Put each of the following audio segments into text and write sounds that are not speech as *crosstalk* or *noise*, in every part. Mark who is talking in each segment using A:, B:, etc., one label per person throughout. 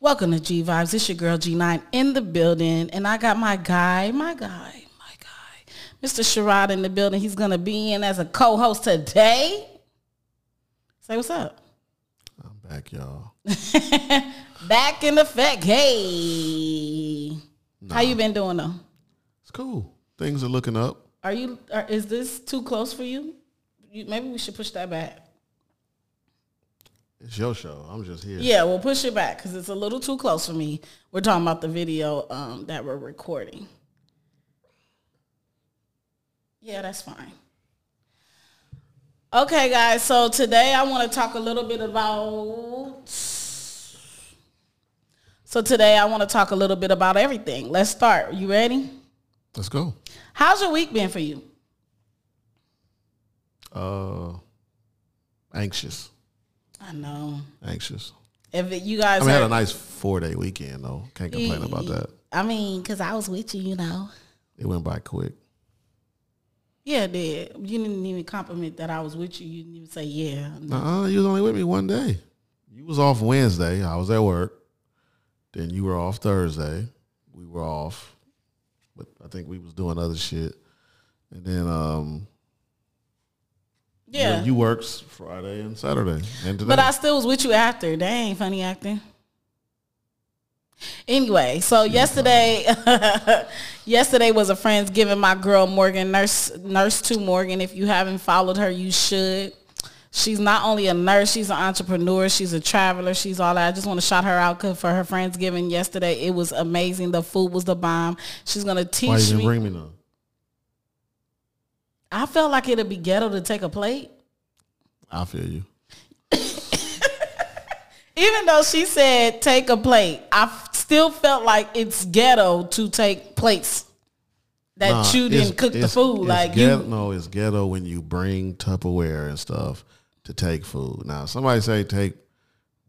A: Welcome to G Vibes. It's your girl G9 in the building, and I got my guy, my guy, my guy, Mr. Sherrod in the building. He's gonna be in as a co-host today. Say what's up.
B: I'm back, y'all.
A: Back in effect. Hey, how you been doing though?
B: It's cool. Things are looking up.
A: Are you? Are, is this too close for you? you? Maybe we should push that back.
B: It's your show. I'm just here.
A: Yeah, we'll push it back because it's a little too close for me. We're talking about the video um, that we're recording. Yeah, that's fine. Okay, guys. So today I want to talk a little bit about. So today I want to talk a little bit about everything. Let's start. You ready?
B: Let's go.
A: How's your week been for you?
B: Uh, anxious,
A: I know.
B: anxious.
A: If it, you guys,
B: I mean, I had a
A: heard-
B: nice four day weekend though. Can't complain about that.
A: I mean, because I was with you, you know.
B: It went by quick.
A: Yeah, it did. You didn't even compliment that I was with you. You didn't even say yeah.
B: Nah, you was only with me one day. You was off Wednesday. I was at work. Then you were off Thursday. We were off, but I think we was doing other shit. And then um,
A: Yeah.
B: you works Friday and Saturday and today.
A: but I still was with you after. That ain't funny acting. Anyway, so yesterday *laughs* yesterday was a friend's giving my girl Morgan nurse nurse to Morgan. If you haven't followed her, you should. She's not only a nurse, she's an entrepreneur, she's a traveler, she's all that. I just want to shout her out 'cause for her friends giving yesterday. It was amazing. The food was the bomb. She's gonna teach
B: Why you
A: me.
B: didn't bring me none?
A: I felt like it'd be ghetto to take a plate.
B: I feel you.
A: Even though she said take a plate, I f- still felt like it's ghetto to take plates that
B: Nah,
A: you
B: it's-
A: didn't cook the
B: it's-
A: food.
B: it's
A: Like
B: ghetto,
A: you,
B: no, it's ghetto when you bring Tupperware and stuff to take food. Now, if somebody say take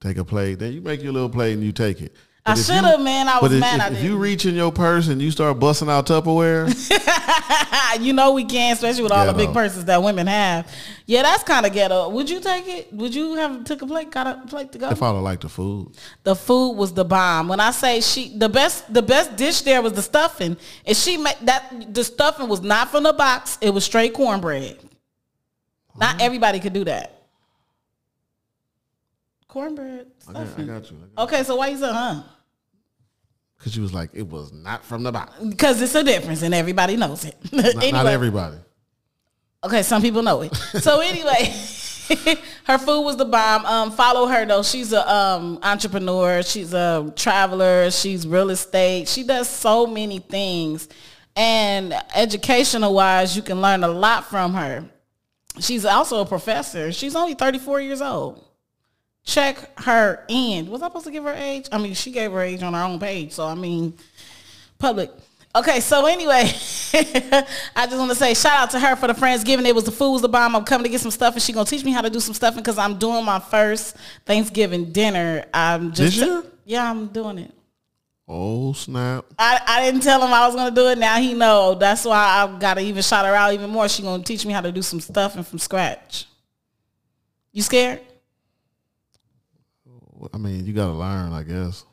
B: take a plate, then you make your little plate and you take it.
A: I
B: But if you-
A: shoulda, man. I
B: but
A: was
B: if,
A: mad
B: If,
A: I
B: if you
A: didn't.
B: reach in your purse and you start busting out Tupperware,
A: *laughs* Ah, you know we can, especially with all the big
B: Ghetto.
A: purses that women have. Yeah, that's kind of ghetto. Would you take it? Would you have took a plate, got a plate to go?
B: if I don't like
A: *laughs*
B: the food,
A: The food was the bomb. When I say she, the best, the best dish there was the stuffing, and she made that. The stuffing was not from the box; it was straight cornbread. Not everybody could do that. Cornbread
B: I got, I
A: stuffing.
B: got you.
A: Okay, so why you say huh?
B: Because you was like, it was not from the box.
A: Because it's a difference, and everybody knows it. *laughs*
B: Not,
A: anyway,
B: not everybody.
A: okay, some people know it. So anyway. *laughs* her food was the bomb. Um, follow her though. She's a um, entrepreneur. She's a traveler. She's real estate. She does so many things. And educational wise, you can learn a lot from her. She's also a professor. She's only 34 years old. Check her in. Was I supposed to give her age? I mean, she gave her age on her own page. So, I mean, public. Okay, so anyway, *laughs* I just want to say shout out to her for the Friendsgiving. It was the food was the bomb. I'm coming to get some stuff, and she gonna teach me how to do some stuff because I'm doing my first Thanksgiving dinner. I'm just
B: This year?
A: yeah, I'm doing it.
B: Oh, snap.
A: I, I didn't tell him I was gonna do it. Now he know. That's why I gotta even shout her out even more. She gonna teach me how to do some stuff and from scratch. You scared?
B: I mean, you got to learn, I guess.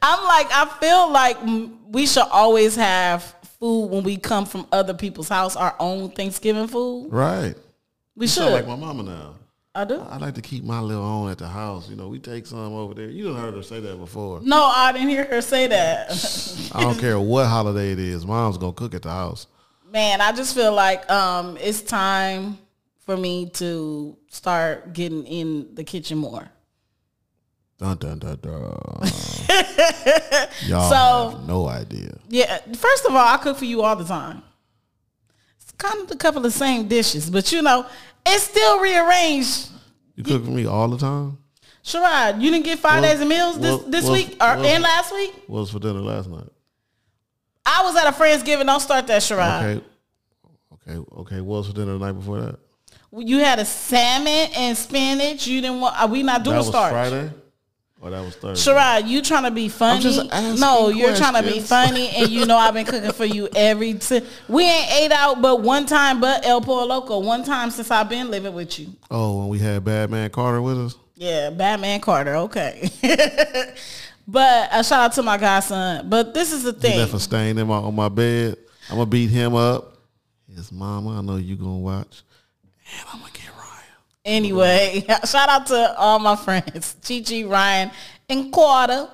A: I'm like I feel like mm, we should always have food when we come from other people's house, our own Thanksgiving food.
B: Right.
A: We
B: You
A: should.
B: sound like my mama now.
A: I do.
B: I like to keep my little own at the house. You know, we take some over there. You done heard her say that
A: *laughs*
B: before.
A: No, I didn't hear her say that. *laughs*
B: I don't care what holiday it is. Mom's gonna cook at the house.
A: Man, I just feel like um, it's time for me to start getting in the kitchen more.
B: Dun dun dun
A: *laughs*
B: dun. Y'all
A: So-
B: have no idea.
A: Yeah, first of all, I cook for you all the time. It's kind of a couple of same dishes, but you know, it's still rearranged.
B: You cook for me all the time.
A: Sherrod, you didn't get five
B: Well,
A: days of meals this,
B: well,
A: this
B: well,
A: week or
B: well.
A: and last week.
B: What was for dinner last night?
A: I was at a Friendsgiving. Don't start that, Sherrod.
B: Okay, okay, okay. What was for dinner the night before that?
A: You had a salmon and spinach. You didn't want. Are we not doing
B: that was
A: starch?
B: Friday, or that was Thursday.
A: Sherrod, you trying to be funny?
B: just asking
A: no, you're trying to be
B: questions.
A: funny, and you know I've been cooking for you every. T- we ain't ate out, but one time, but El Pollo Loco, one time since I've been living with you.
B: Oh, when we had Bad Man Carter with us.
A: Yeah, Batman Carter. Okay. *laughs* but a shout out to my godson. But this is the
B: He
A: thing.
B: left a stain in my on my bed. I'm gonna beat him up. His mama, I know you gonna watch. And I'm gonna get Ryan.
A: Anyway, *laughs* shout out to all my friends, *laughs* Gigi, Ryan, and Quarter,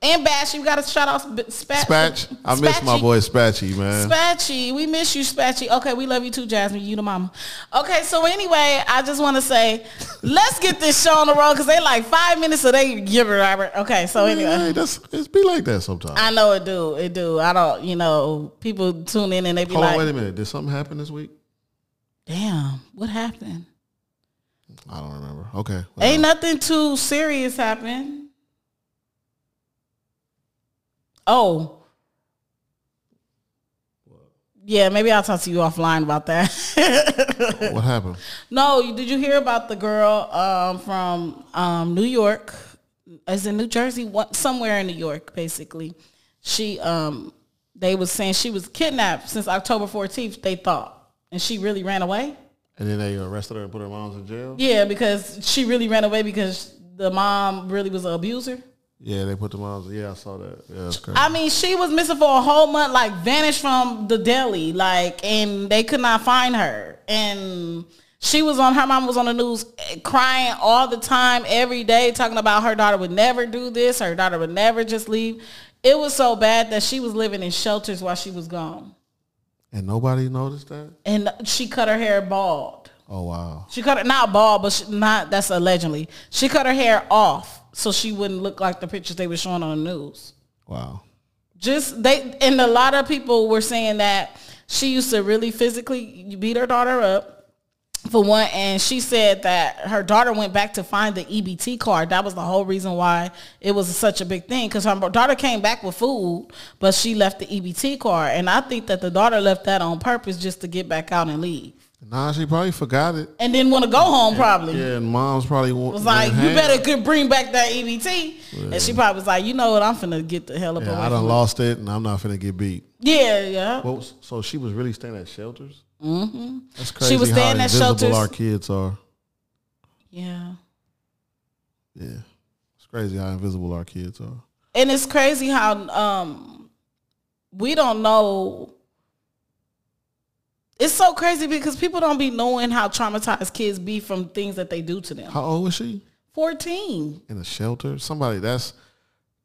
A: and Bash. You got to shout out B- Spatch.
B: Spatch, I miss my
A: Spatchy.
B: boy Spatchy, man.
A: Spatchy, we miss you, Spatchy. Okay, we love you too, Jasmine. You the mama. Okay, so anyway, I just want to say, let's get this show on the road because they like five minutes so they give it, Robert. Okay, so
B: Hey,
A: anyway.
B: hey, that's it's be like that sometimes.
A: I know it do. It do. I don't, you know, people tune in and they be
B: Hold on,
A: like,
B: wait a minute. Did something happen this week?
A: damn, what happened?
B: I don't remember. Okay.
A: Ain't nothing too serious happened. Oh. Yeah, maybe I'll talk to you offline about that. *laughs*
B: what happened?
A: no, you- did you hear about the girl um, from um, New York? Is in New Jersey, what, somewhere in New York, basically. She, um, they was saying she was kidnapped since October 14th, they thought. And she really ran away?
B: And then they arrested her and put her moms in jail.
A: Yeah, because she really ran away because the mom really was an abuser.
B: Yeah, they put the moms. Yeah, I saw that. Yeah, that's crazy.
A: I mean, she was missing for a whole month, like vanished from the deli, like, and they could not find her. And she was on her mom was on the news eh, crying all the time, every day, talking about her daughter would never do this, her daughter would never just leave. It was so bad that she was living in shelters while she was gone,
B: and nobody noticed that.
A: and she cut her hair bald.
B: Oh wow.
A: She cut it not bald, but she, not that's allegedly. She cut her hair off so she wouldn't look like the pictures they were showing on the news.
B: Wow.
A: Just they and a lot of people were saying that she used to really physically beat her daughter up for one, and she said that her daughter went back to find the EBT card. That was the whole reason why it was such a big thing because her daughter came back with food, but she left the EBT card, and I think that the daughter left that on purpose just to get back out and leave,
B: Nah, she probably forgot it.
A: and didn't want to go home probably.
B: Yeah, and moms probably wa-
A: was like,
B: hang-
A: you better could bring back that EBT. And she probably was like, you know what, I'm finna get the hell up
B: Yeah,
A: away
B: I
A: from
B: done lost it, and I'm not finna get beat.
A: Yeah, yeah.
B: What was, so she was really staying at shelters. Mm-hmm. That's crazy.
A: She was
B: how
A: staying at
B: invisible
A: shelters.
B: Our kids are.
A: yeah.
B: Yeah, it's crazy how invisible our kids are.
A: And it's crazy how um we don't know. It's so crazy because people don't be knowing how traumatized kids be from things that they do to them.
B: How old was she?
A: 14.
B: In a shelter. Somebody that's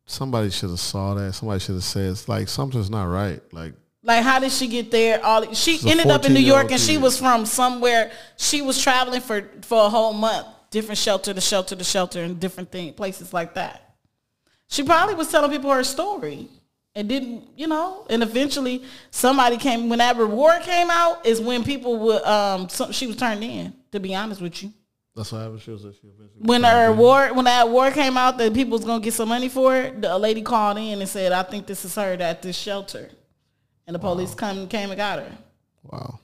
B: somebody should have saw that. Somebody should have said it's like something's not right. Like
A: Like how did she get there? All she
B: a
A: ended up in New
B: 14-year-old
A: York, and she
B: kid.
A: was from somewhere. She was traveling for for a whole month, different shelter to shelter to shelter, and different thing places like that. She probably was telling people her story, and didn't you know? And eventually, somebody came. When that reward came out, is when people would um. Some, she was turned in. To be honest with you,
B: that's what happened. She was at she eventually.
A: when her award when that award came out that people was gonna get some money for it, the, a lady called in and said, "I think this is her at this shelter," and the police come came and got her. *sighs*
B: Wow.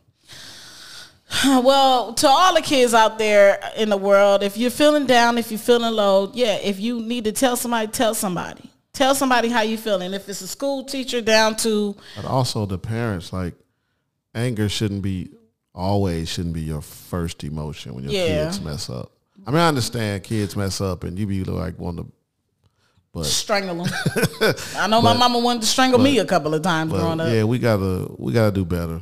A: Well, to all the kids out there in the world, if you're feeling down, if you're feeling low, yeah, if you need to tell somebody, tell somebody. Tell somebody how you feeling. If it's a school teacher down to
B: But also the parents, like anger shouldn't be always shouldn't be your first emotion when your
A: Yeah.
B: kids mess up. I mean, I understand kids mess up and you be like wanting to, but,
A: strangle them. I know my mama wanted to strangle me a couple of times
B: but
A: growing up.
B: yeah, we gotta we gotta do better.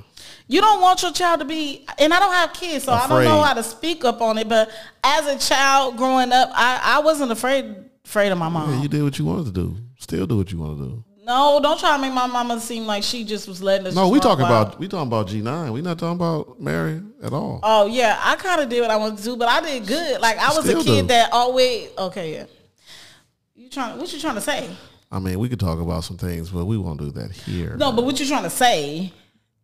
A: you don't want your child to be and i don't have kids so i don't know
B: Afraid.
A: how to speak up on it but as a child growing up i, I wasn't afraid afraid of my mom
B: Yeah, you did what you wanted to do. Still do what you want to do.
A: no don't try to make my mama seem like she just was letting us
B: No,
A: just
B: we
A: run
B: talking
A: wild.
B: about we talking about G nine. We not talking about Mary at all.
A: oh yeah i kind of did what i wanted to do but i did good like i was a
B: Still
A: kid
B: do.
A: that always okay yeah you trying what you trying to say
B: I mean, we could talk about some things, but we won't do that here.
A: no but what you trying to say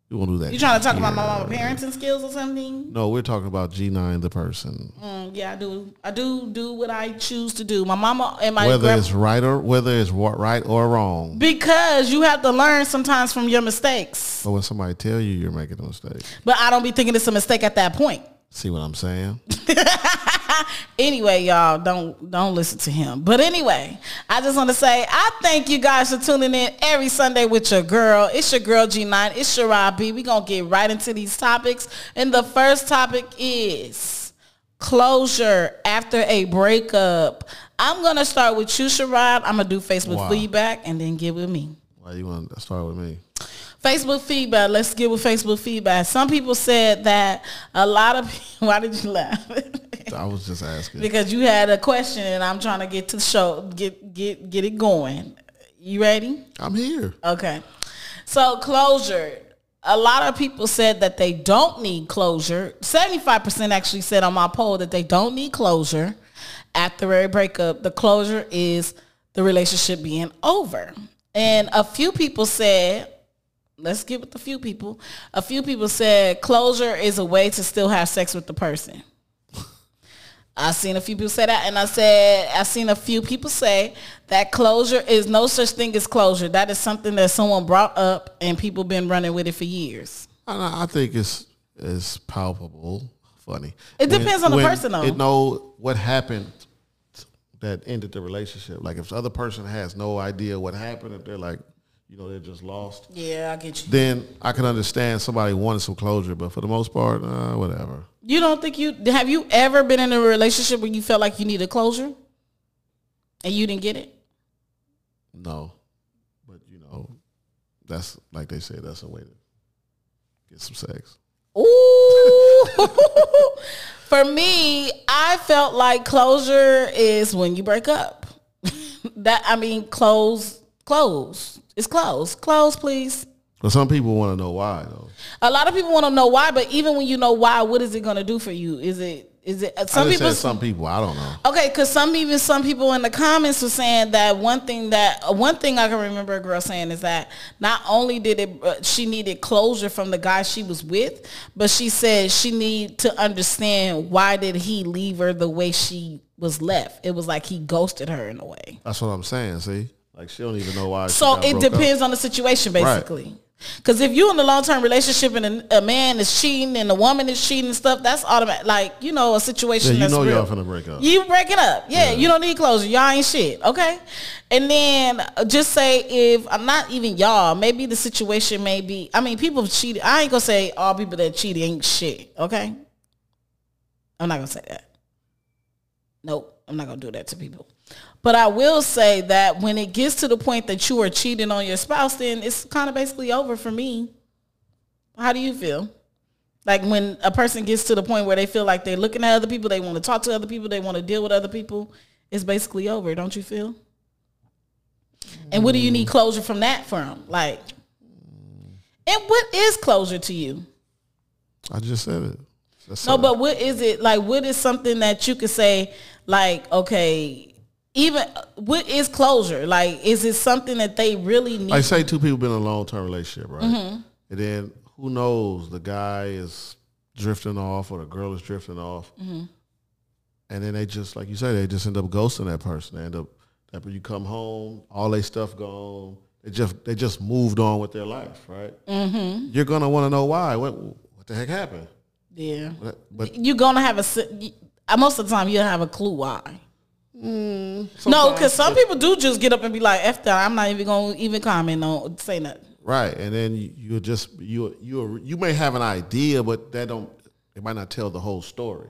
B: we won't do that.
A: you trying to talk about
B: here.
A: my mama parenting skills or something
B: No, we're talking about G nine the person.
A: Mm, yeah i do i do do what i choose to do my mama and my
B: whether
A: grandma
B: it's right or whether it's wa- right or wrong.
A: Because you have to learn sometimes from your mistakes.
B: But when somebody tell you you're making a mistake,
A: But I don't be thinking it's a mistake at that point.
B: see what I'm saying?
A: Anyway, y'all don't don't listen to him. But anyway, I just want to say I thank you guys for tuning in every Sunday with your girl. It's your girl G9. It's Shara B. We gonna get right into these topics, and the first topic is closure after a breakup. I'm gonna start with you, Sherrod. I'm gonna do Facebook
B: Wow.
A: feedback and then get with me.
B: Why you want to start with me?
A: Facebook feedback. Let's get with Facebook feedback. Some people said that a lot of *laughs* people, why did you laugh? *laughs*
B: I was just asking.
A: because you had a question and I'm trying to get to the show, get get get it going. You ready?
B: I'm here.
A: Okay. So closure. A lot of people said that they don't need closure. 75% actually said on my poll that they don't need closure after a breakup. The closure is the relationship being over. And a few people said let's get with the few people. A few people said closure is a way to still have sex with the person. I seen a few people say that, and I said I seen a few people say that closure is no such thing as closure. That is something that someone brought up, and people been running with it for years.
B: And I, I think it's it's palpable, funny.
A: It depends on the person, though.
B: It know what happened that ended the relationship. Like if the other person has no idea what happened, if they're like, you know, they're just lost,
A: Yeah, I get you.
B: then I can understand somebody wanting some closure. But for the most part, uh, whatever.
A: You don't think you have you ever been in a relationship where you felt like you needed closure, and you didn't get it?
B: No, but you know, that's like they say, that's a way to get some sex.
A: Ooh. *laughs* For me, I felt like closure is when you break up. *laughs* that I mean, close, close. It's close. Close, please.
B: But some people want to know why though.
A: A lot of people want to know why, but even when you know why, what is it going to do for you? Is it? Is it? uh, Some
B: I just
A: people.
B: said some people. I don't know.
A: Okay, because some even some people in the comments were saying that one thing that uh, one thing I can remember a girl saying is that not only did it uh, she needed closure from the guy she was with, but she said she need to understand why did he leave her the way she was left. It was like he ghosted her in a way.
B: That's what I'm saying. See, like she don't even know why. she
A: So
B: got
A: it
B: broke up.
A: depends on the situation, basically. Because if you in a long term relationship and a, a man is cheating and a woman is cheating and stuff, that's automatic. Like you know, a situation.
B: Yeah, you
A: that's
B: know
A: real.
B: y'all finna break up.
A: You breaking up. Yeah, you don't need closure. Y'all ain't shit. Okay. And then uh, just say if I'm not even y'all, maybe the situation may be, I mean, people cheated. I ain't gonna say all people that cheat ain't shit. Okay. I'm not gonna say that. Nope. I'm not gonna do that to people. But I will say that when it gets to the point that you are cheating on your spouse, then it's kind of basically over for me. How do you feel? Like when a person gets to the point where they feel like they're looking at other people, they want to talk to other people, they want to deal with other people, it's basically over, don't you feel? And what do you need closure from that from? Like, and what is closure to you?
B: I just said it. That's
A: No,
B: it.
A: but what is it like? What is something that you could say like, okay, even what is closure? Like, is it something that they really need?
B: like say two people been in a long term relationship, right?
A: Mm-hmm.
B: And then who knows? The guy is drifting off, or the girl is drifting off,
A: Mm-hmm.
B: and then they just like you say, they just end up ghosting that person. They end up that when you come home, all they stuff gone. They just they just moved on with their life, right? Mm-hmm. You're gonna want to know why. What what the heck happened?
A: yeah,
B: But, but
A: you're gonna have a. s- uh, Most of the time, you'll have a clue why. No, because some people do just get up and be like, "F that." I'm not even gonna even comment on say nothing.
B: Right, and then you, you just you you you may have an idea, but that don't it might not tell the whole story.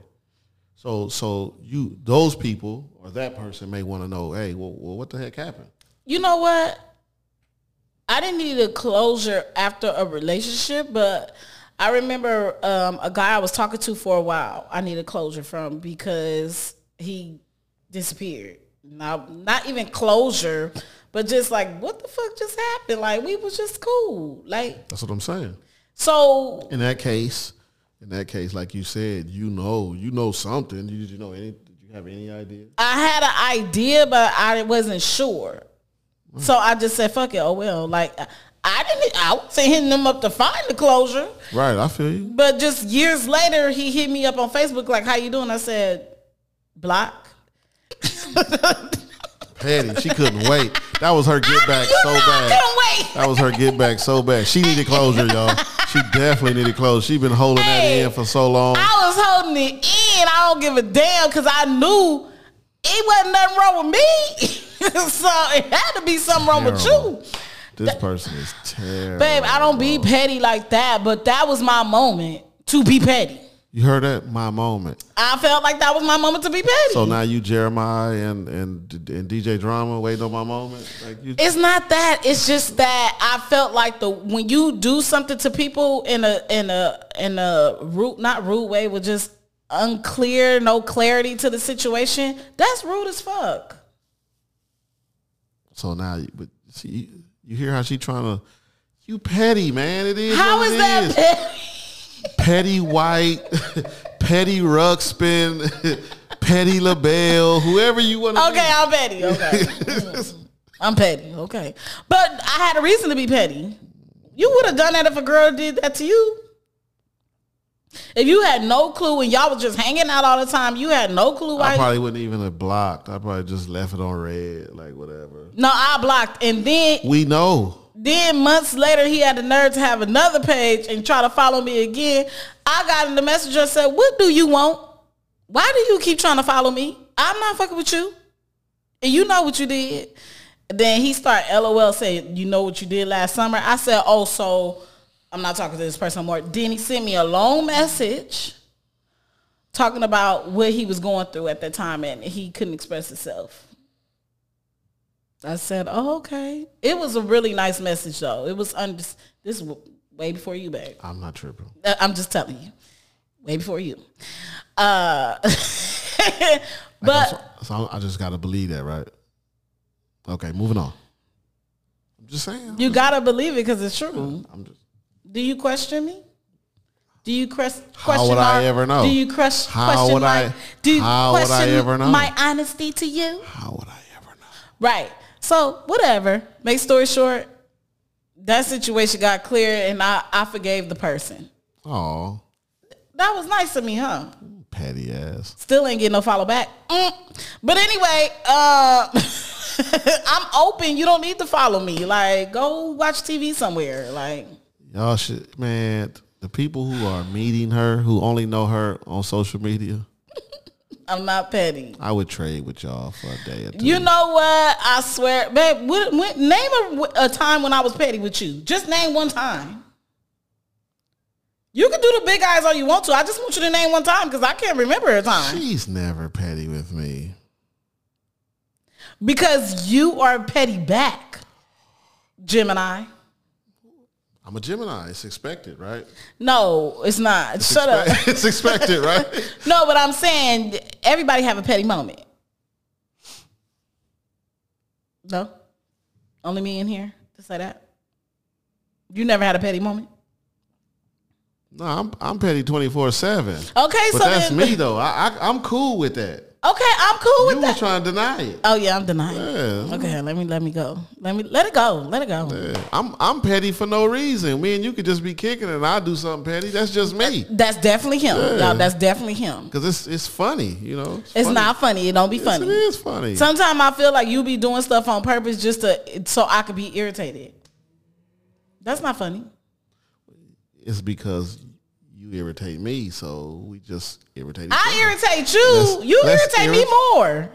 B: So so you those people or that person may want to know, hey, well, well, what the heck happened?
A: You know what? I didn't need a closure after a relationship, but I remember um, a guy I was talking to for a while. I needed closure from because he disappeared. Now, not even closure, but just like what the fuck just happened? Like we was just cool. Like
B: That's what I'm saying.
A: so,
B: In that case, in that case, like you said, you know, you know something. You, did you know any? Did you have any idea?
A: I had an idea, but I wasn't sure. So I just said, "Fuck it, oh well." Like I- I didn't. e, I wasn't hitting them up to find the closure,
B: Right, I feel you.
A: but just years later, he hit me up on Facebook like, "How you doing?" I said, "Block."
B: Patty, she couldn't wait. That was her get back
A: You
B: so
A: know I
B: bad.
A: couldn't wait.
B: That was her get back so bad. She needed closure, y'all. She definitely needed closure. She been holding
A: Hey,
B: that in for so long.
A: I was holding it in. I don't give a damn because I knew it wasn't nothing wrong with me. *laughs* so it had to be something wrong with
B: Terrible.
A: you.
B: This person is terrible.
A: Babe, I don't be petty like that, but that was my moment to be petty.
B: You heard that? My moment.
A: I felt like that was my moment to be petty.
B: So now you Jeremiah and and and DJ Drama waiting on my moment. Like you,
A: It's not that. It's just that I felt like the when you do something to people in a in a in a rude not rude way with just unclear, no clarity to the situation, that's rude as fuck.
B: so now, you, but see, you, you hear how she trying to. You petty man, it is.
A: How
B: what
A: is
B: it
A: that
B: is.
A: petty? *laughs*
B: petty white, *laughs* petty Ruxpin, *laughs* petty LaBelle, whoever you want to.
A: Okay, I'm petty.
B: *laughs*
A: Okay. I'm petty. Okay. But I had a reason to be petty. You would have done that if a girl did that to you. If you had no clue and y'all was just hanging out all the time, you had no clue why
B: I probably wouldn't even have blocked. I probably just left it on red, like whatever.
A: No, I blocked. And then
B: We know.
A: Then months later, he had the nerve to have another page and try to follow me again. I got in the messenger and said, "What do you want? Why do you keep trying to follow me? I'm not fucking with you, and you know what you did." Then he started LOL saying, "You know what you did last summer?" I said, "Oh, so I'm not talking to this person anymore." Then he sent me a long message talking about what he was going through at that time, and he couldn't express himself. I said, "Oh, okay." It was a really nice message, though. It was under this w- way before you, babe.
B: I'm not tripping.
A: Uh, I'm just telling you, way before you. Uh, *laughs*
B: Like,
A: but
B: I'm so, so I just gotta believe that, right? Okay, moving on. I'm just saying.
A: you gotta believe it because it's true.
B: I'm just.
A: Do you question me? Do you cres- question?
B: would I
A: mark?
B: ever know?
A: Do you crush?
B: How
A: question
B: would I-
A: mark? Do you
B: how would I
A: question
B: ever know?
A: my honesty to you?
B: How would I ever know?
A: Right. So whatever. Make story short, that situation got clear, and I I forgave the person.
B: Oh,
A: That was nice of me, huh?
B: petty ass.
A: Still ain't getting no follow back. Mm. But anyway, uh, *laughs* I'm open. You don't need to follow me. Like, go watch TV somewhere. Like,
B: Y'all should, man. The people who are meeting her, who only know her on social media,
A: I'm not petty.
B: I would trade with y'all for a day or two.
A: You know what? I swear, babe. What, what, name a, a time when I was petty with you. Just name one time. You can do the big eyes all you want to. I just want you to name one time because I can't remember a time.
B: She's never petty with me.
A: Because you are petty back, Gemini.
B: I'm a Gemini. It's expected, right? *laughs*
A: No, it's not. Shut up.
B: it's expected, right?
A: No, but I'm saying everybody have a petty moment. No, only me in here to say that. You never had a petty moment.
B: No, I'm I'm petty twenty four seven.
A: Okay,
B: But
A: so
B: that's
A: then,
B: me though. I, I I'm cool with that.
A: Okay, I'm cool with
B: You
A: that.
B: was trying to deny it.
A: oh yeah, I'm denying. it.
B: Yeah.
A: Okay, let me let me go. Let me let it go. Let it go.
B: yeah. I'm I'm petty for no reason. Me and you could just be kicking and I do something petty. That's just me.
A: That's definitely him.
B: Yeah.
A: Y'all, that's definitely him.
B: Cause it's it's funny, you know.
A: It's
B: funny.
A: not funny. It don't be
B: Yes,
A: funny.
B: It is funny.
A: Sometimes I feel like you be doing stuff on purpose just to so I could be irritated. That's not funny.
B: it's because you irritate me, so we just irritate. each other.
A: I irritate you.
B: Let's-
A: you
B: let's
A: irritate me
B: irrit-
A: more.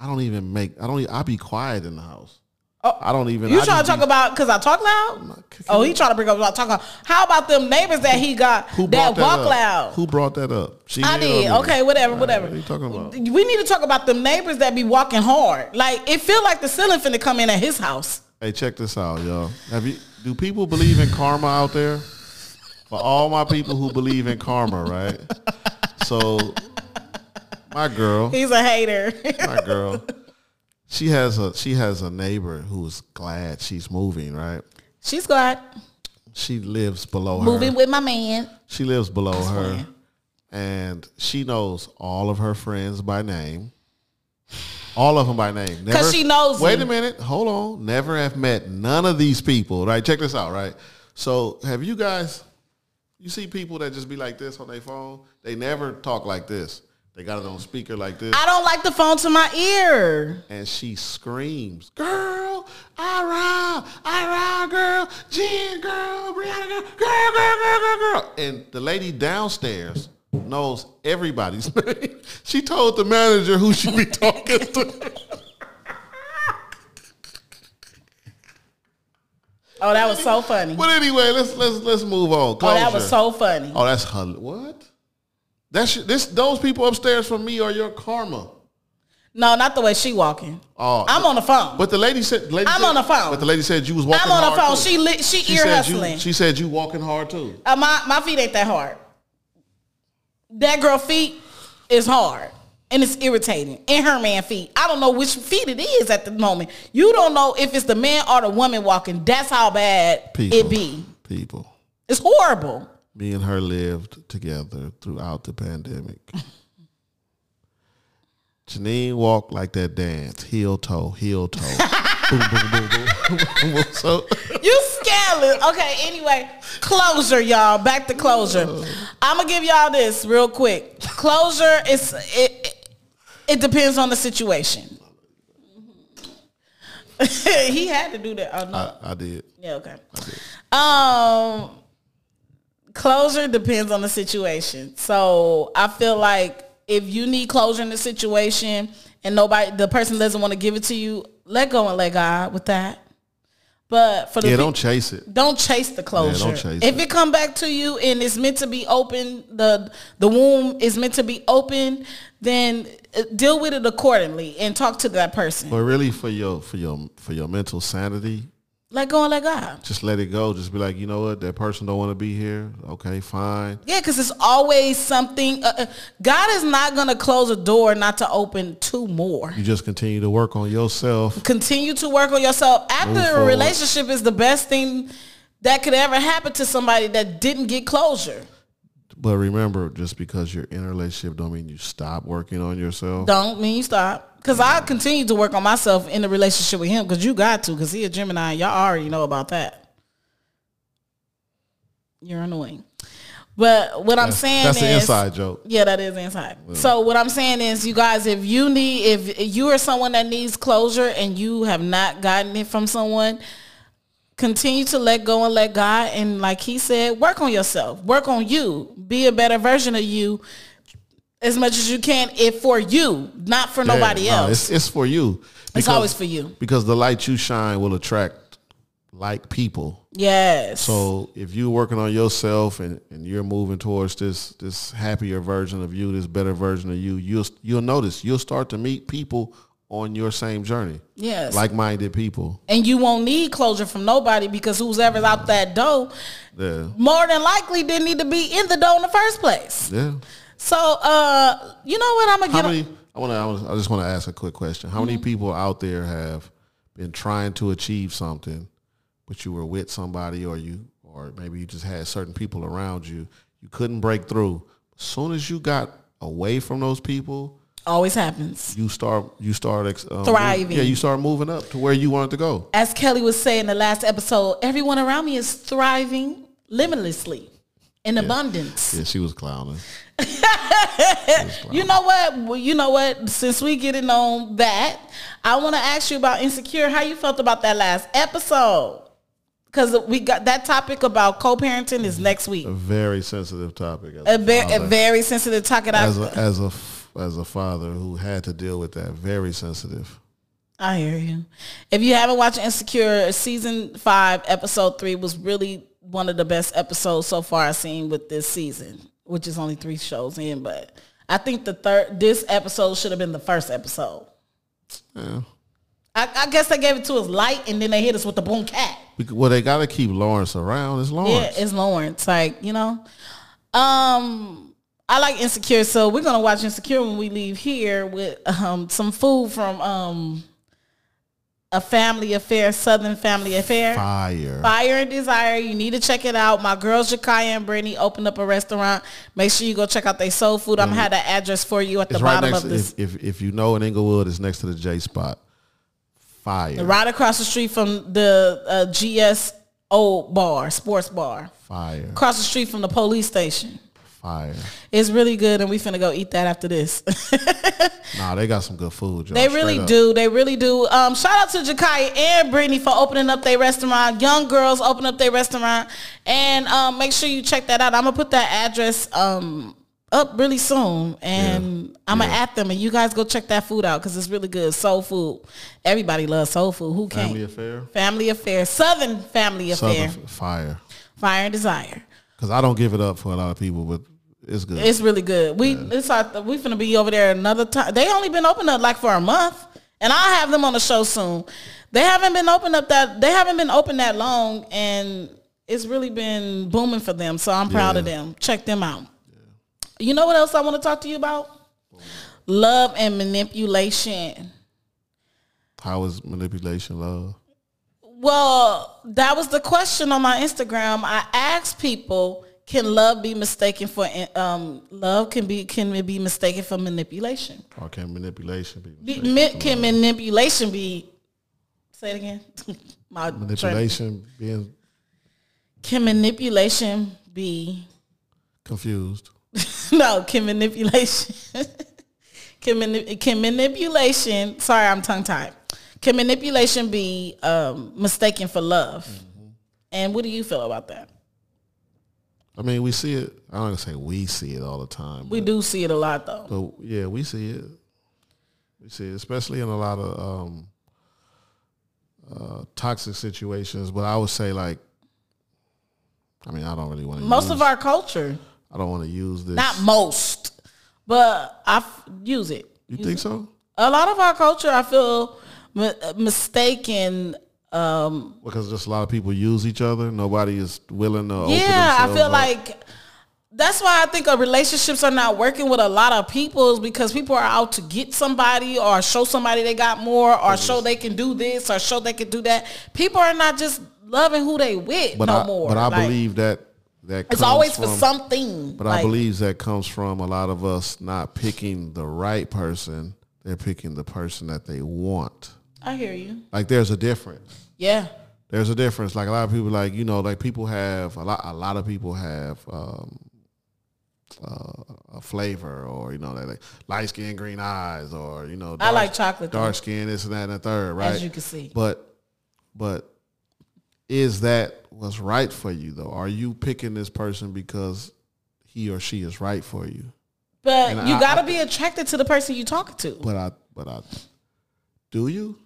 B: I don't even make. I don't. e- I be quiet in the house. I don't even.
A: Oh, You
B: I
A: trying
B: just
A: to talk
B: be-
A: about because I talk loud?
B: not kicking
A: Oh, he trying to bring up about talking. How about them neighbors that he got
B: Who
A: that walk
B: brought up?
A: loud?
B: Who brought that up? She
A: I
B: or
A: did.
B: me?
A: Okay, whatever, whatever.
B: What are you talking about?
A: We need to talk about them neighbors that be walking hard. Like it feel like the ceiling finna come in at his house.
B: Hey, check this out, y'all. Have you? Do people believe in karma out there? For all my people who believe in karma, right? So, my girl,
A: He's a hater. *laughs*
B: my girl, she has a she has a neighbor who's glad she's moving, right?
A: She's glad
B: She lives below her.
A: moving with my man.
B: She lives below her,
A: swear.
B: and she knows all of her friends by name. All of them by name. Never-
A: she knows
B: Wait a
A: them.
B: minute. Hold on. Never have met none of these people. Right. Check this out. Right. So have you guys? You see people that just be like this on their phone. They never talk like this. They got it on speaker like this,
A: I don't like the phone to my ear.
B: and she screams, "Girl, Ira, Ira, girl, Jen, girl, Brianna, girl, girl, girl, girl, girl, girl." And the lady downstairs knows everybody's *laughs* name. she told the manager who she be *laughs* talking to.
A: Oh, that was so funny.
B: But anyway, let's let's let's move on.
A: Oh, that was
B: Closure.
A: so funny.
B: Oh, that's hell- what? That shit, this those people upstairs from me are your karma.
A: No, not the way she walking.
B: Oh,
A: I'm on the phone.
B: But the lady said, lady
A: I'm
B: said-
A: on the phone.
B: But the lady said you was walking.
A: I'm on the
B: hard
A: phone.
B: too.
A: She lit, she, ear
B: said
A: hustling.
B: You, she said you walking hard too.
A: Uh, my my feet ain't that hard. That girl feet is hard and it's irritating. And her man feet. I don't know which feet it is at the moment. You don't know if it's the man or the woman walking. That's how bad
B: People,
A: it be.
B: people.
A: It's horrible.
B: Me and her lived together throughout
A: *laughs*
B: the pandemic. Janine walked like that dance, heel toe,
A: *laughs*
B: heel toe. boom, boom, boom, boom, boom, boom. So
A: You scandalous. Okay, anyway, closure, y'all. Back to closure. I'm gonna give y'all this real quick. Closure is it. it it depends on the situation. *laughs* he had to do that. Oh, no.
B: I, I did.
A: Yeah, okay. Um closure depends on the situation. So I feel like if you need closure in the situation and nobody the person doesn't want to give it to you, let go and let God with that. But for the
B: Yeah,
A: peo-
B: don't chase it.
A: don't chase the closure.
B: chase
A: if
B: it.
A: it. come back to you and it's meant to be open, the the womb is meant to be open, then uh, deal with it accordingly and talk to that person.
B: But really, for your for your for your mental sanity,
A: Let go and let God.
B: just let it go. Just be like, you know what, that person don't want to be here. Okay, fine.
A: Yeah, because it's always something. Uh, uh, God is not going to close a door not to open two more.
B: You just continue to work on yourself.
A: Continue to work on yourself. After
B: Move
A: a
B: forward.
A: relationship is the best thing that could ever happen to somebody that didn't get closure.
B: But remember, just because you're in a relationship, don't mean you stop working on yourself.
A: Don't mean you stop. Because I continue to work on myself in the relationship with him because you got to because he a Gemini. and Y'all already know about that. You're annoying. But what I'm saying
B: That's
A: is...
B: an inside joke.
A: Yeah, that is inside. So what I'm saying is, you guys, if you need, if you are someone that needs closure and you have not gotten it from someone, continue to let go and let God. And like he said, work on yourself, work on you, be a better version of you as much as you can. If for you, not for nobody
B: Yeah, no,
A: else.
B: it's, it's for you.
A: It's always for you.
B: Because the light you shine will attract like people.
A: Yes.
B: So if you're working on yourself and, and you're moving towards this this happier version of you, this better version of you, you'll you'll notice you'll start to meet people on your same journey.
A: yes.
B: Like minded people.
A: and you won't need closure from nobody because who's ever's out that door
B: Yeah.
A: more than likely didn't need to be in the door in the first place.
B: Yeah.
A: So, uh, you know Mm-hmm. what? I'm gonna
B: How
A: get. on-
B: many? I want to. I just want to ask a quick question. How many people out there have been trying to achieve something, but you were with somebody, or you, or maybe you just had certain people around you, you couldn't break through. As soon as you got away from those people,
A: Always happens.
B: you start you start ex- um,
A: Thriving.
B: Yeah, you start moving up to where you wanted to go.
A: As Kelly was saying in the last episode, everyone around me is thriving limitlessly in abundance.
B: Yeah, she was clowning.
A: You know what? Well, You know what? Since we getting on that, I want to ask you about insecure. How you felt about that last episode? Because we got that topic about co-parenting
B: Mm-hmm.
A: is next week.
B: A very sensitive topic.
A: A very, a very sensitive topic. I,
B: as a, as a f- as a father who had to deal with that, very sensitive.
A: I hear you. If you haven't watched Insecure, season five, episode three was really one of the best episodes so far I've seen with this season, which is only three shows in. But I think the third, this episode should have been the first episode.
B: Yeah.
A: I, I guess they gave it to us light, and then they hit us with the boom cat.
B: Bec- Well, they got to keep Lawrence around. It's Lawrence.
A: Yeah, it's Lawrence. Like you know, um, I like Insecure, so we're gonna watch Insecure when we leave here with um some food from um a family affair, Southern Family Affair.
B: Fire.
A: Fire and Desire. You need to check it out. My girls, Jakaya and Brittany, opened up a restaurant. Make sure you go check out their soul food. I'm had an address for you at the
B: Mm-hmm. It's right
A: bottom
B: next.
A: of this.
B: If, if if you know in Inglewood, it's next to the J spot. Fire.
A: right across the street from the uh, GSO bar, sports bar.
B: Fire.
A: Across the street from the police station.
B: Fire.
A: It's really good, and we finna go eat that after this. *laughs*
B: Nah, they got some good food. Y'all.
A: they
B: Straight
A: really
B: up.
A: do. They really do. Um, shout out to Jakaya and Brittany for opening up their restaurant. Young girls open up their restaurant, and um, make sure you check that out. I'm gonna put that address um up really soon, and I'm gonna add them, and you guys go check that food out because it's really good. Soul food. Everybody loves soul food. Who can't?
B: Family
A: Family,
B: affair.
A: affair. Southern family affair.
B: Southern f- fire.
A: Fire and desire.
B: Because I don't give it up for a lot of people, but It's good.
A: It's really good. We it's like the- we finna be over there another time. They only been open up like for a month, and I'll have them on the show soon. They haven't been open up that they haven't been open that long, and it's really been booming for them. So I'm proud of
B: Yeah.
A: them. Check them out. You know what else I want to talk to you about? Love and manipulation.
B: How is manipulation love?
A: Well, that was the question on my Instagram. I asked people, can love be mistaken for um, love? Can be can it be mistaken for manipulation?
B: Or can manipulation be?
A: Be,
B: mistaken
A: mi-
B: for
A: can
B: love?
A: manipulation be? Say it again. *laughs* my train-
B: manipulation being
A: Can manipulation be? *laughs*
B: confused?
A: no, can manipulation? *laughs* can mani- can manipulation? Sorry, I'm tongue tied. Can manipulation be um, mistaken for love? And what do you feel about that?
B: I mean, we see it. I don't gonna say we see it all the time.
A: We do see it a lot though.
B: But yeah, we see it. We see it, especially in a lot of um, uh, toxic situations. But I would say, like, I mean, I don't really want to.
A: Most of our culture,
B: I don't want to use this.
A: not most, but I f- use it.
B: you think so?
A: A lot of our culture, I feel mi- mistaken. Um,
B: Because just a lot of people use each other. Nobody is willing to. open
A: yeah, I
B: themselves
A: feel
B: up.
A: like that's why I think our relationships are not working with a lot of people is because people are out to get somebody or show somebody they got more or show they can do this or show they can do that. People are not just loving who they with
B: but
A: no
B: I,
A: more.
B: But I
A: Like,
B: believe that that
A: it's
B: comes
A: always for
B: from-
A: something.
B: But I
A: Like,
B: believe that comes from a lot of us not picking the right person. They're picking the person that they want.
A: I hear you.
B: Like there's a difference.
A: Yeah.
B: there's a difference. Like a lot of people, like you know, like people have a lot. A lot of people have um, uh, a flavor, or you know, that like light skin, green eyes, or you know,
A: I like chocolate, though.
B: dark skin, this and that, and the third, right?
A: As you can see.
B: But, but is that what's right for you though? Are you picking this person because he or she is right for you?
A: But
B: And
A: you
B: I-
A: gotta be attracted to the person you talking to.
B: But I, but I, do you?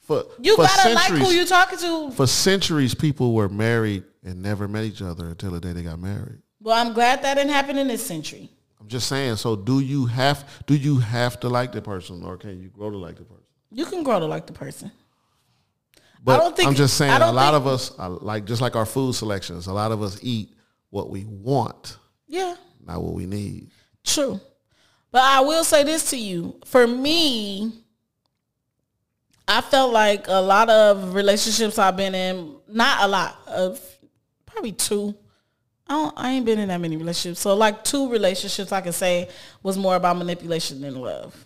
B: For
A: You
B: for
A: gotta like who
B: centuries-
A: you talking to.
B: For centuries, people were married and never met each other until the day they got married.
A: Well, I'm glad that didn't happen in this century.
B: I'm just saying. So, do you have do you have to like the person, or can you grow to like the person?
A: You can grow to like the person.
B: But
A: don't think-
B: I'm just saying.
A: I
B: A
A: don't
B: lot
A: think-
B: of us, uh, like just like our food selections, a lot of us eat what we want,
A: Yeah,
B: not what we need.
A: true. But I will say this to you. For me, I felt like a lot of relationships I've been in, not a lot of probably two. I, don't, I ain't been in that many relationships. So like two relationships I can say was more about manipulation than love.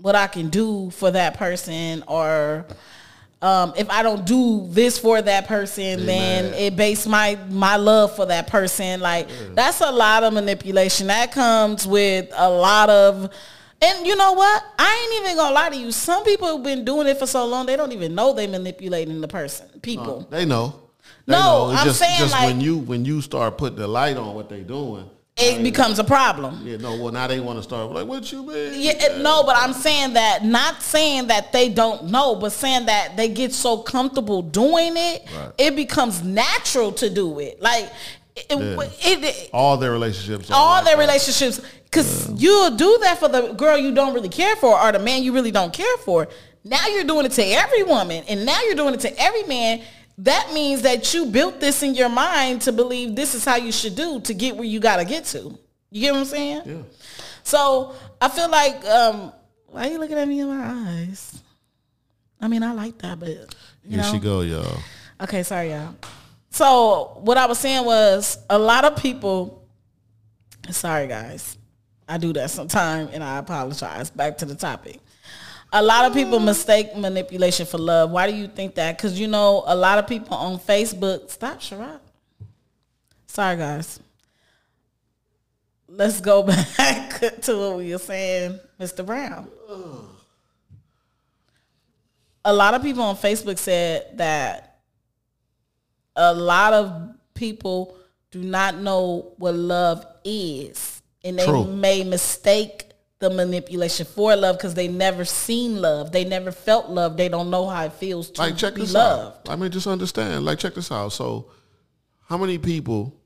A: What I can do for that person or um, if I don't do this for that person, then it based my my love for that person. Like that's a lot of manipulation. That comes with a lot of and you know what? I ain't even gonna lie to you. Some people have been doing it for so long they don't even know they manipulating the person. People.
B: They know. They
A: No,
B: know. It's
A: I'm
B: just,
A: saying,
B: just
A: like-
B: when you when you start putting the light on what they doing.
A: it becomes a problem.
B: Yeah, no. Well, now they want to start like, what you mean?
A: Yeah, it- no, but I'm saying that not saying that they don't know, but saying that they get so comfortable doing it,
B: Right.
A: it becomes natural to do it. Like it,
B: Yeah.
A: it, it
B: All their relationships. are
A: all
B: like
A: their
B: that.
A: relationships, because you'll do that for the girl you don't really care for or the man you really don't care for. Now you're doing it to every woman, and now you're doing it to every man. That means that you built this in your mind to believe this is how you should do to get where you gotta get to. You get what I'm saying?
B: Yeah.
A: So I feel like um, why are you looking at me in my eyes? I mean, I like that, but you
B: Here
A: know.
B: she go, y'all.
A: Okay, sorry, y'all. So what I was saying was a lot of people. Sorry, guys, I do that sometime, and I apologize. Back to the topic. A lot of people mistake manipulation for love. Why do you think that? Because you know, a lot of people on Facebook. Stop, Sharad. Sorry, guys. Let's go *laughs* back to what we were saying, Mr. Brown a lot of people on Facebook said that a lot of people do not know what love is, and they
B: True.
A: may mistake the manipulation for love because they never seen love, they never felt love, they don't know how it feels to
B: Like, check
A: be
B: this
A: loved.
B: out. I mean, just understand. Like, check this out. So, how many people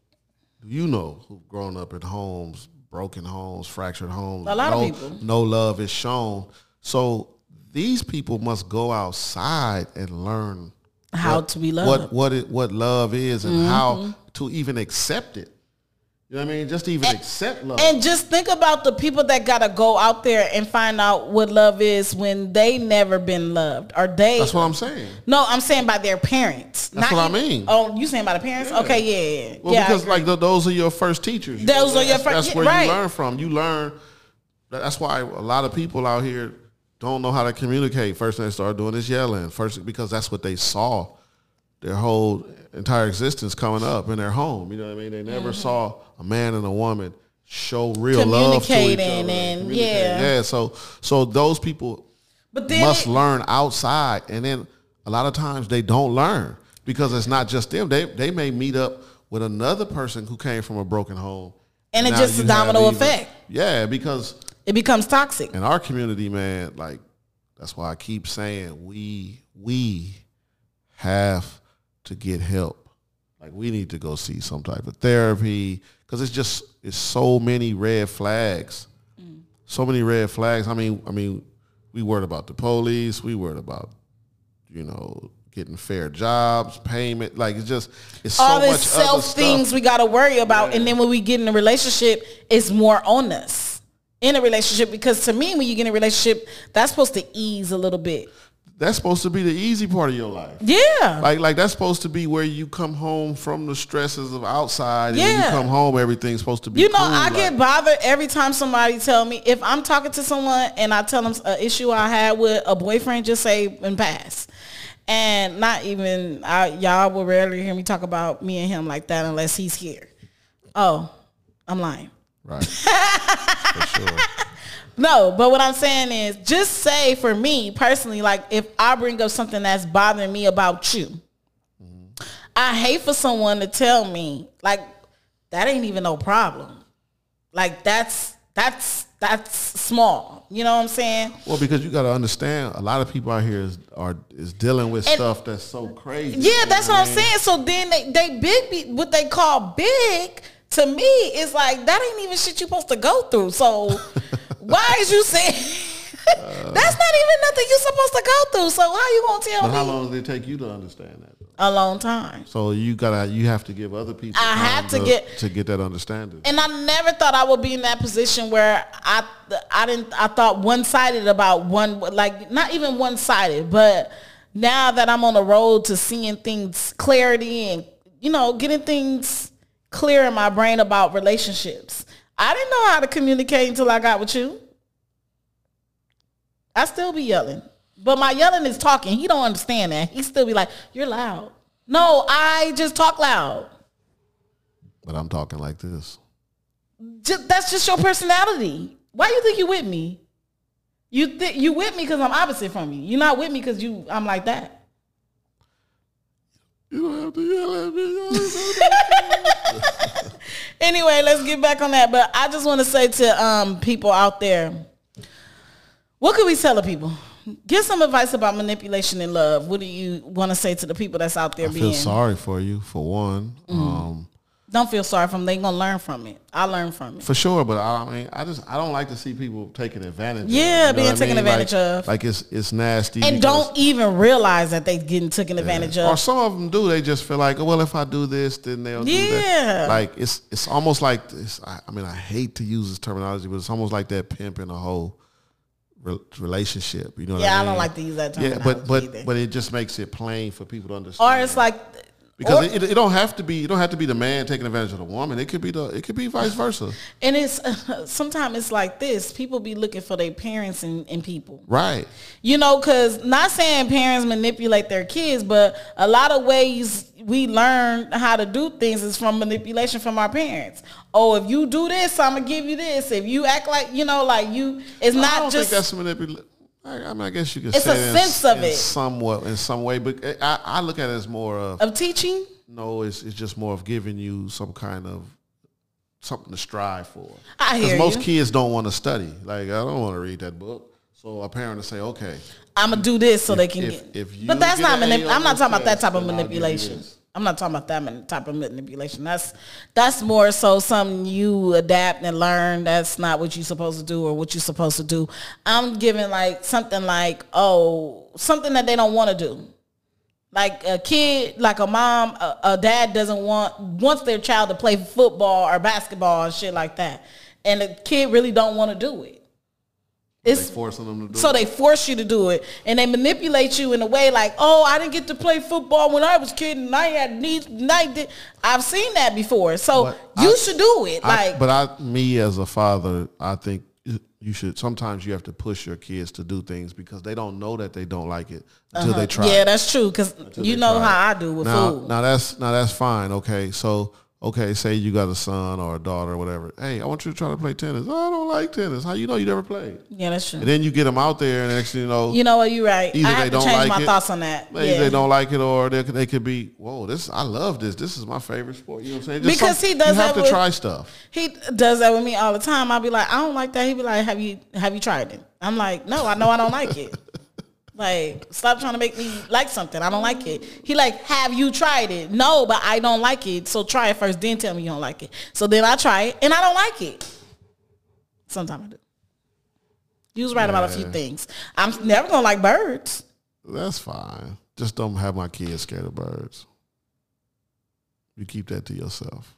B: do you know who've grown up in homes, broken homes, fractured homes?
A: A lot of
B: no,
A: people.
B: No love is shown. So these people must go outside and learn
A: How to be loved.
B: what what it, what love is and how to even accept it. You know what I mean? Just to even accept love.
A: Mm-hmm. And just think about the people that gotta go out there and find out what love is when they never been loved or they.
B: That's what I'm saying.
A: no, I'm saying by their parents.
B: That's
A: Not
B: what I
A: even-
B: mean.
A: Oh, you saying by the parents? Okay, yeah, yeah.
B: Well,
A: yeah.
B: because like th those are your first teachers. You
A: Those
B: know,
A: are your
B: that's-
A: fir-
B: That's
A: yeah,
B: where
A: right.
B: you learn from. You learn. that- That's why a lot of people out here don't know how to communicate. First they start doing is yelling. First because that's what they saw their whole entire existence coming up in their home. You know what I mean? They never saw a man and a woman show real love to each other.
A: Communicating and-
B: communicating.
A: yeah.
B: yeah. So so those people
A: but then
B: must
A: it-
B: learn outside. And then a lot of times they don't learn because it's not just them. They they may meet up with another person who came from a broken home.
A: And it
B: Now
A: just a
B: you have
A: domino
B: even-
A: effect.
B: Yeah, because
A: it becomes toxic.
B: in our community, man, like that's why I keep saying we we have to get help. Like we need to go see some type of therapy because it's just it's so many red flags, so many red flags. I mean, I mean, we worried about the police, we worried about you know getting fair jobs, payment. Like it's just it's
A: all
B: so
A: the
B: much other
A: self
B: stuff.
A: things we gotta worry about, and then when we get in a relationship, it's more on us in a relationship because to me, when you get in a relationship, that's supposed to ease a little bit.
B: That's supposed to be the easy part of your life.
A: Yeah,
B: Like like that's supposed to be where you come home from the stresses of outside, and when
A: Yeah.
B: you come home, everything's supposed to be.
A: You know,
B: cool,
A: I
B: like-
A: get bothered every time somebody tell me if I'm talking to someone and I tell them an issue I had with a boyfriend, just say and pass. And not even I, y'all will rarely hear me talk about me and him like that unless he's here. Oh, I'm lying.
B: right. For sure.
A: No, but what I'm saying is just say for me personally, like if I bring up something that's bothering me about you, I hate for someone to tell me like that ain't even no problem. Like that's that's that's small. You know what I'm saying?
B: Well, because you got to understand, a lot of people out here is are is dealing with
A: And-
B: stuff that's so crazy.
A: Yeah, that's what I'm
B: Man,
A: saying. So then they, they big be, what they call big to me is like that ain't even shit you supposed to go through.
B: *laughs*
A: So why is you saying *laughs* that's not even nothing you supposed to go through? So how you gonna tell
B: But
A: me
B: how long does it take you to understand that?
A: a long time?
B: So you gotta you have to give other people.
A: I
B: time
A: have to get-
B: to get that understanding.
A: And I never thought I would be in that position where I I didn't I thought one sided about one like not even one sided, but now that I'm on the road to seeing things clarity and you know getting things clear in my brain about relationships, I didn't know how to communicate until I got with you. I still be yelling. But my yelling is talking. He don't understand that. He still be like, "You're loud." No, I just talk loud.
B: but I'm talking like this.
A: just, that's just your personality. Why you think you with me? You think you with me because I'm opposite from you. You're not with me because you I'm like that.
B: You don't have to yell at me.
A: *laughs* Anyway, let's get back on that. But I just want to say to um, people out there, what could we tell the people? Give some advice about manipulation in love. What do you want to say to the people that's out there
B: I feel
A: being? Mm.
B: sorry for you for one. Um,
A: Don't feel sorry for them. They gonna learn from it. I learned from it.
B: For sure, but I, I mean, I just I don't like to see people taken advantage.
A: Yeah,
B: of,
A: being
B: what I
A: taken
B: mean?
A: advantage
B: Like-
A: of.
B: Like it's it's nasty.
A: And
B: because-
A: don't even realize that they getting taken advantage
B: Or
A: of.
B: some of them do. They just feel like, oh, well, if I do this, then they'll do
A: Yeah.
B: that. Like it's it's almost like this. I, I mean, I hate to use this terminology, but it's almost like that pimp in a whole re- relationship. You know? what
A: Yeah, I
B: mean?
A: don't like to use that term.
B: Yeah, but but but it just makes it plain for people to
A: or
B: understand.
A: it's like or-
B: because it, it, it don't have to be you don't have to be the man taking advantage of the woman. It could be the it could be vice versa.
A: And it's *laughs* sometimes it's like this. People be looking for their parents and, and people.
B: Right.
A: You know, because not saying parents manipulate their kids, but a lot of ways we learn how to do things is from manipulation from our parents. Oh, if you do this, I'm going to give you this. If you act like, you know, like you, it's
B: I
A: not
B: don't
A: just,
B: think that's manipulation. I, I mean, I guess you could
A: It's
B: say
A: a
B: it in-
A: sense of
B: in
A: it.
B: somewhat in some way, but eh, I, I look at it as more of
A: of teaching.
B: no, it's it's just more of giving you some kind of something to strive for.
A: I hear
B: most
A: you.
B: kids don't want to study. Like I don't want to read that book, so a parent will say, okay,
A: I'm going to do this so they can
B: if,
A: get.
B: if you
A: but that's
B: get
A: not,
B: an A
A: manip-
B: on
A: I'm not
B: this
A: talking about that
B: test,
A: type of
B: then I'll give you
A: manipulation.
B: this.
A: I'm not talking about that many type of manipulation. That's that's more so something you adapt and learn. That's not what you're supposed to do or what you're supposed to do. I'm giving like something like oh something that they don't want to do. Like a kid, like a mom, a, a dad doesn't want wants their child to play football or basketball and shit like that, and the kid really don't want to do it. It's
B: They forcing them to do.
A: so
B: it.
A: they force you to do it, and they manipulate you in a way like, "Oh, I didn't get to play football when I was kid, and I had needs." and I did. I've seen that before, so
B: But
A: you
B: I-
A: should do it.
B: I-
A: like,
B: but I, me as a father, I think you should. Sometimes you have to push your kids to do things because they don't know that they don't like it until they try.
A: Uh-huh. yeah, that's true because
B: until
A: you
B: they
A: know
B: try.
A: how I do with
B: now,
A: food.
B: Now that's now that's fine. Okay, so okay, say you got a son or a daughter or whatever. Hey, I want you to try to play tennis. Oh, I don't like tennis. How you know you never played?
A: yeah, that's true.
B: And then you get them out there, and the next thing you know,
A: You know what? You're right. I
B: either
A: have
B: they
A: to
B: don't
A: change
B: like
A: my
B: it,
A: thoughts on that.
B: maybe
A: yeah.
B: they don't like it, or they, could- they could be, whoa, this I love this. This is my favorite sport. You know what I'm saying? Just
A: Because
B: some-
A: he does
B: you have
A: that
B: to
A: with-
B: try stuff.
A: He does that with me all the time. I'll be like, I don't like that. He'd be like, Have you have you tried it? I'm like, No, I know I don't like it. Like, stop trying to make me like something. I don't like it. He like, have you tried it? No, but I don't like it. So try it first, then tell me you don't like it. So then I try it and I don't like it. Sometimes I do. You was right about a few
B: Yeah.
A: things. I'm never gonna like birds.
B: That's fine. Just don't have my kids scared of birds. You keep that to yourself.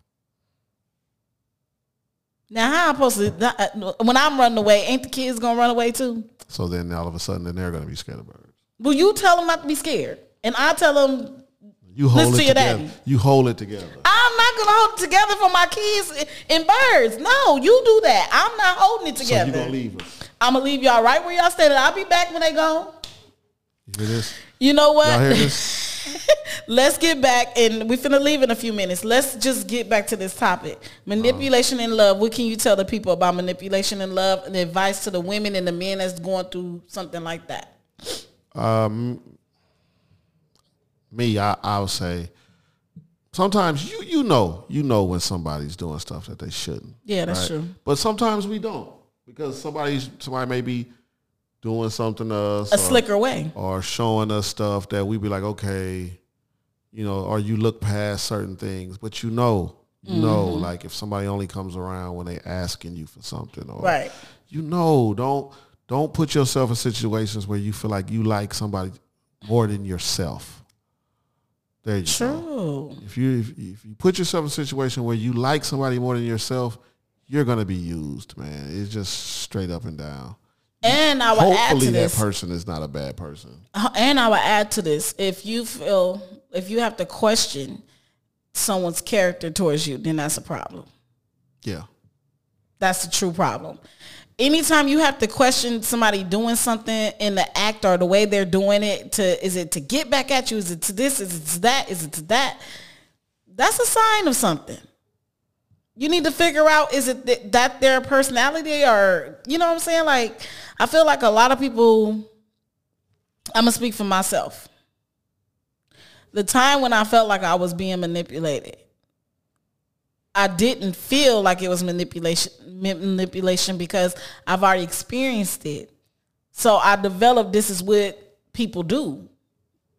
A: Now how I'm supposed to uh, when I'm running away, ain't the kids gonna run away too?
B: So then all of a sudden, then they're going to be scared of birds.
A: Well, you tell them not to be scared, and I tell them
B: You hold
A: Listen
B: it
A: to your
B: together.
A: daddy.
B: You hold it together.
A: I'm not gonna hold it together for my kids and birds. No, you do that. I'm not holding it
B: So
A: together.
B: you're going to leave us.
A: I'm gonna leave y'all right where y'all standing. I'll be back when they go.
B: You hear this?
A: You know
B: Y'all hear
A: what?
B: this?
A: *laughs* Let's get back, and we finna leave in a few minutes. Let's just get back to this topic: manipulation in love. What can you tell the people about manipulation in love, and advice to the women and the men that's going through something like that?
B: Me, I, I would say sometimes you, you know, you know when somebody's doing stuff that they shouldn't.
A: Yeah, that's true.
B: But sometimes we don't because somebody's somebody may be doing something to us
A: A
B: or-
A: slicker way.
B: or showing us stuff that we be like, okay, you know, or you look past certain things, but you know, you
A: Mm-hmm.
B: know, like if somebody only comes around when they asking you for something, or
A: Right.
B: you know, don't don't put yourself in situations where you feel like you like somebody more than yourself. There you go.
A: True.
B: If you if, if you put yourself in a situation where you like somebody more than yourself, you're gonna be used, man. It's just straight up and down.
A: And I would add
B: Hopefully,
A: to
B: that
A: this.
B: person is not a bad person.
A: Uh, and I would add to this: if you feel if you have to question someone's character towards you, then that's a problem.
B: Yeah.
A: That's the true problem. Anytime you have to question somebody doing something in the act or the way they're doing it, to is it to get back at you? Is it to this? Is it to that? Is it to that? That's a sign of something. You need to figure out is it th- that their personality or you know what I'm saying? Like I feel like a lot of people. I'm gonna speak for myself. The time when I felt like I was being manipulated I didn't feel like it was manipulation ma- manipulation because I've already experienced it. So I developed this is what people do.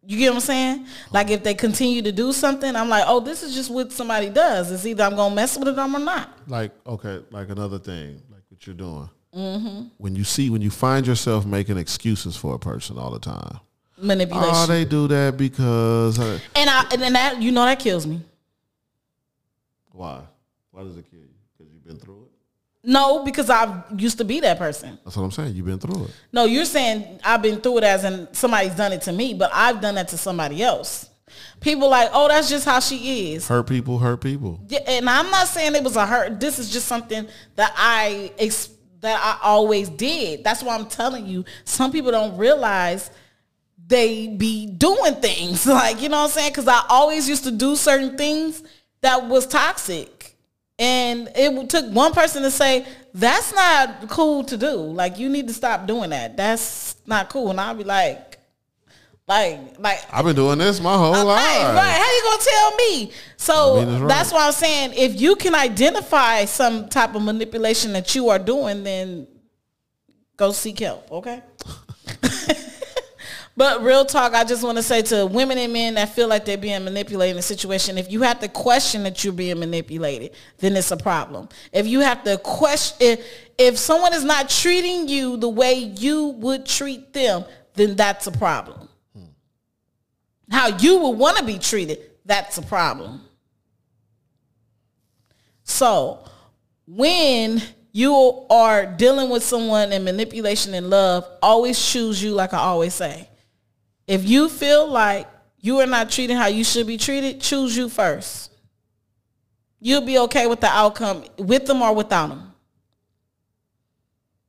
A: You get what I'm saying? Like if they continue to do something, I'm like, oh, this is just what somebody does. It's either I'm gonna mess with it or I'm not.
B: like okay like another thing like what you're doing
A: Mm-hmm.
B: when you see when you find yourself making excuses for a person all the time
A: Manipulation.
B: oh they do that because uh,
A: and I and then that you know that kills me.
B: why why does it kill you because you've been through it
A: No, because I used to be that person.
B: that's what i'm saying you've been through it
A: No, you're saying I've been through it as in somebody's done it to me, but I've done that to somebody else. People like, oh, that's just how she is.
B: hurt people hurt people
A: Yeah, and I'm not saying it was a hurt. This is just something that I ex- that I always did. That's why I'm telling you. Some people don't realize they be doing things *laughs* like you know what I'm saying. Because I always used to do certain things that was toxic, and it took one person to say that's not cool to do. Like you need to stop doing that. That's not cool. And I'll be like, like, like
B: i've been doing this my whole life
A: Right, right. How you gonna tell me? So
B: I mean, it's
A: that's
B: right.
A: why I'm saying if you can identify some type of manipulation that you are doing, then go seek help. Okay. *laughs* But real talk, I just want to say to women and men that feel like they're being manipulated in a situation, if you have to question that you're being manipulated, then it's a problem. If you have to question, if, if someone is not treating you the way you would treat them, then that's a problem. How you would want to be treated, that's a problem. So when you are dealing with someone in manipulation and love, always choose you like I always say. If you feel like you are not treated how you should be treated, choose you first. You'll be okay with the outcome with them or without them.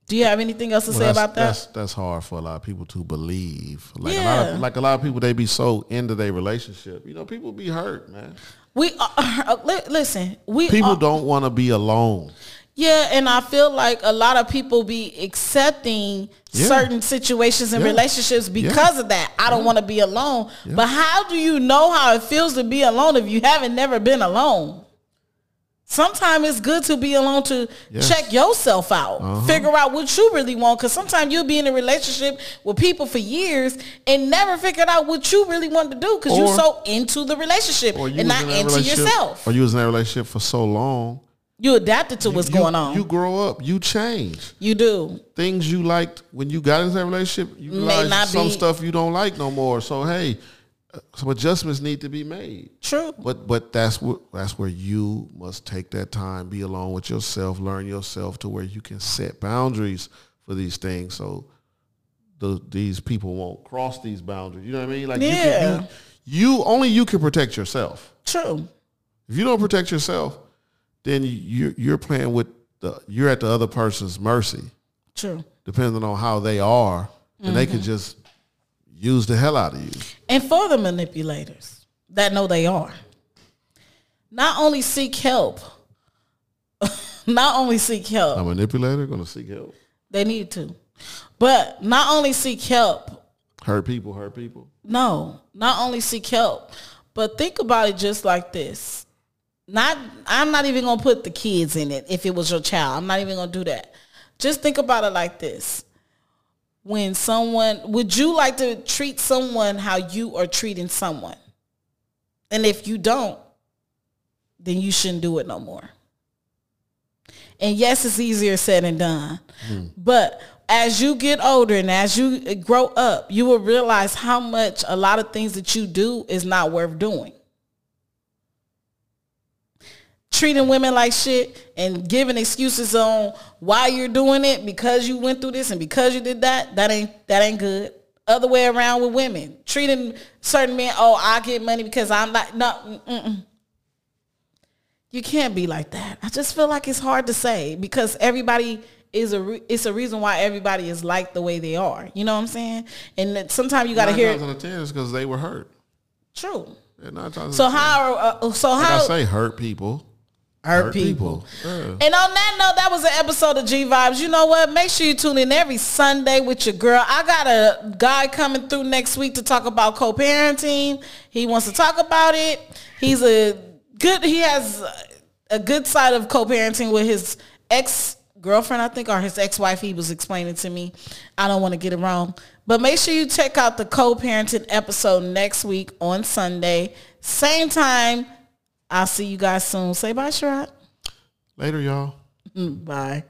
A: Do you have anything else to
B: Well,
A: say
B: that's,
A: about that?
B: That's that's hard for a lot of people to believe. Like a lot of
A: Yeah.
B: like a lot of people, they be so into their relationship. You know, people be hurt, man.
A: we are, uh, li- listen, we
B: People
A: are-
B: don't want to be alone.
A: Yeah, and I feel like a lot of people be accepting
B: Yeah.
A: certain situations and
B: Yeah.
A: relationships because of that. I don't want to be alone. But how do you know how it feels to be alone if you haven't never been alone? Sometimes it's good to be alone to
B: Yes. Uh-huh.
A: check yourself out, figure out what you really want. Because sometimes you'll be in a relationship with people for years and never figured out what you really want to do because you're
B: Or-
A: so into the relationship
B: Or you
A: and
B: was
A: not
B: in that
A: into
B: relationship-
A: yourself.
B: Or you was in that relationship for so long.
A: You adapted to what's
B: you-
A: going on.
B: You grow up. You change.
A: you do.
B: Things you liked when you got into that relationship, you
A: May
B: realize
A: not
B: some
A: be-
B: stuff you don't like no more. So hey, uh, some adjustments need to be made.
A: True.
B: But but that's what that's where you must take that time, be alone with yourself, learn yourself to where you can set boundaries for these things. So the, these people won't cross these boundaries. You know what I mean? Like you,
A: Yeah.
B: can, you, you only you can protect yourself.
A: True.
B: If you don't protect yourself, then you're you're playing with the you're at the other person's mercy,
A: True.
B: depending on how they are, and they
A: Mm-hmm.
B: could just use the hell out of you.
A: And for the manipulators that know they are, not only seek help, *laughs* not only seek
B: A
A: help,
B: manipulator gonna seek help.
A: they need to, but not only seek help,
B: Hurt people, hurt people.
A: no, not only seek help, but think about it just like this. Not, I'm not even gonna put the kids in it if it was your child. I'm not even gonna do that. Just think about it like this. When someone, would you like to treat someone how you are treating someone? And if you don't, then you shouldn't do it no more. And yes, it's easier said than done. But as you get older and as you grow up, you will realize how much a lot of things that you do is not worth doing. Treating women like shit and giving excuses on why you're doing it because you went through this and because you did that, that ain't that ain't good. Other way around with women. Treating certain men, oh, I get money because I'm like, no, mm-mm. You can't be like that. I just feel like it's hard to say because everybody is a re- it's a reason why everybody is like the way they are. You know what I'm saying? And that sometimes you got to
B: Nine
A: hear
B: times out of ten is because they were hurt.
A: true.
B: Yeah, nine times
A: So
B: out of ten.
A: how uh, so how
B: Like I say hurt people.
A: hurt people.
B: Yeah.
A: And on that note, that was an episode of G Vibes. You know what? Make sure you tune in every Sunday with your girl. I got a guy coming through next week to talk about co-parenting. He wants to talk about it. He's a good. He has a good side of co-parenting with his ex girlfriend, I think, or his ex-wife. He was explaining to me. I don't want to get it wrong, but make sure you check out the co-parenting episode next week on Sunday, same time. I'll see you guys soon. Say bye, Sherrod.
B: Later, y'all.
A: Mm, Bye.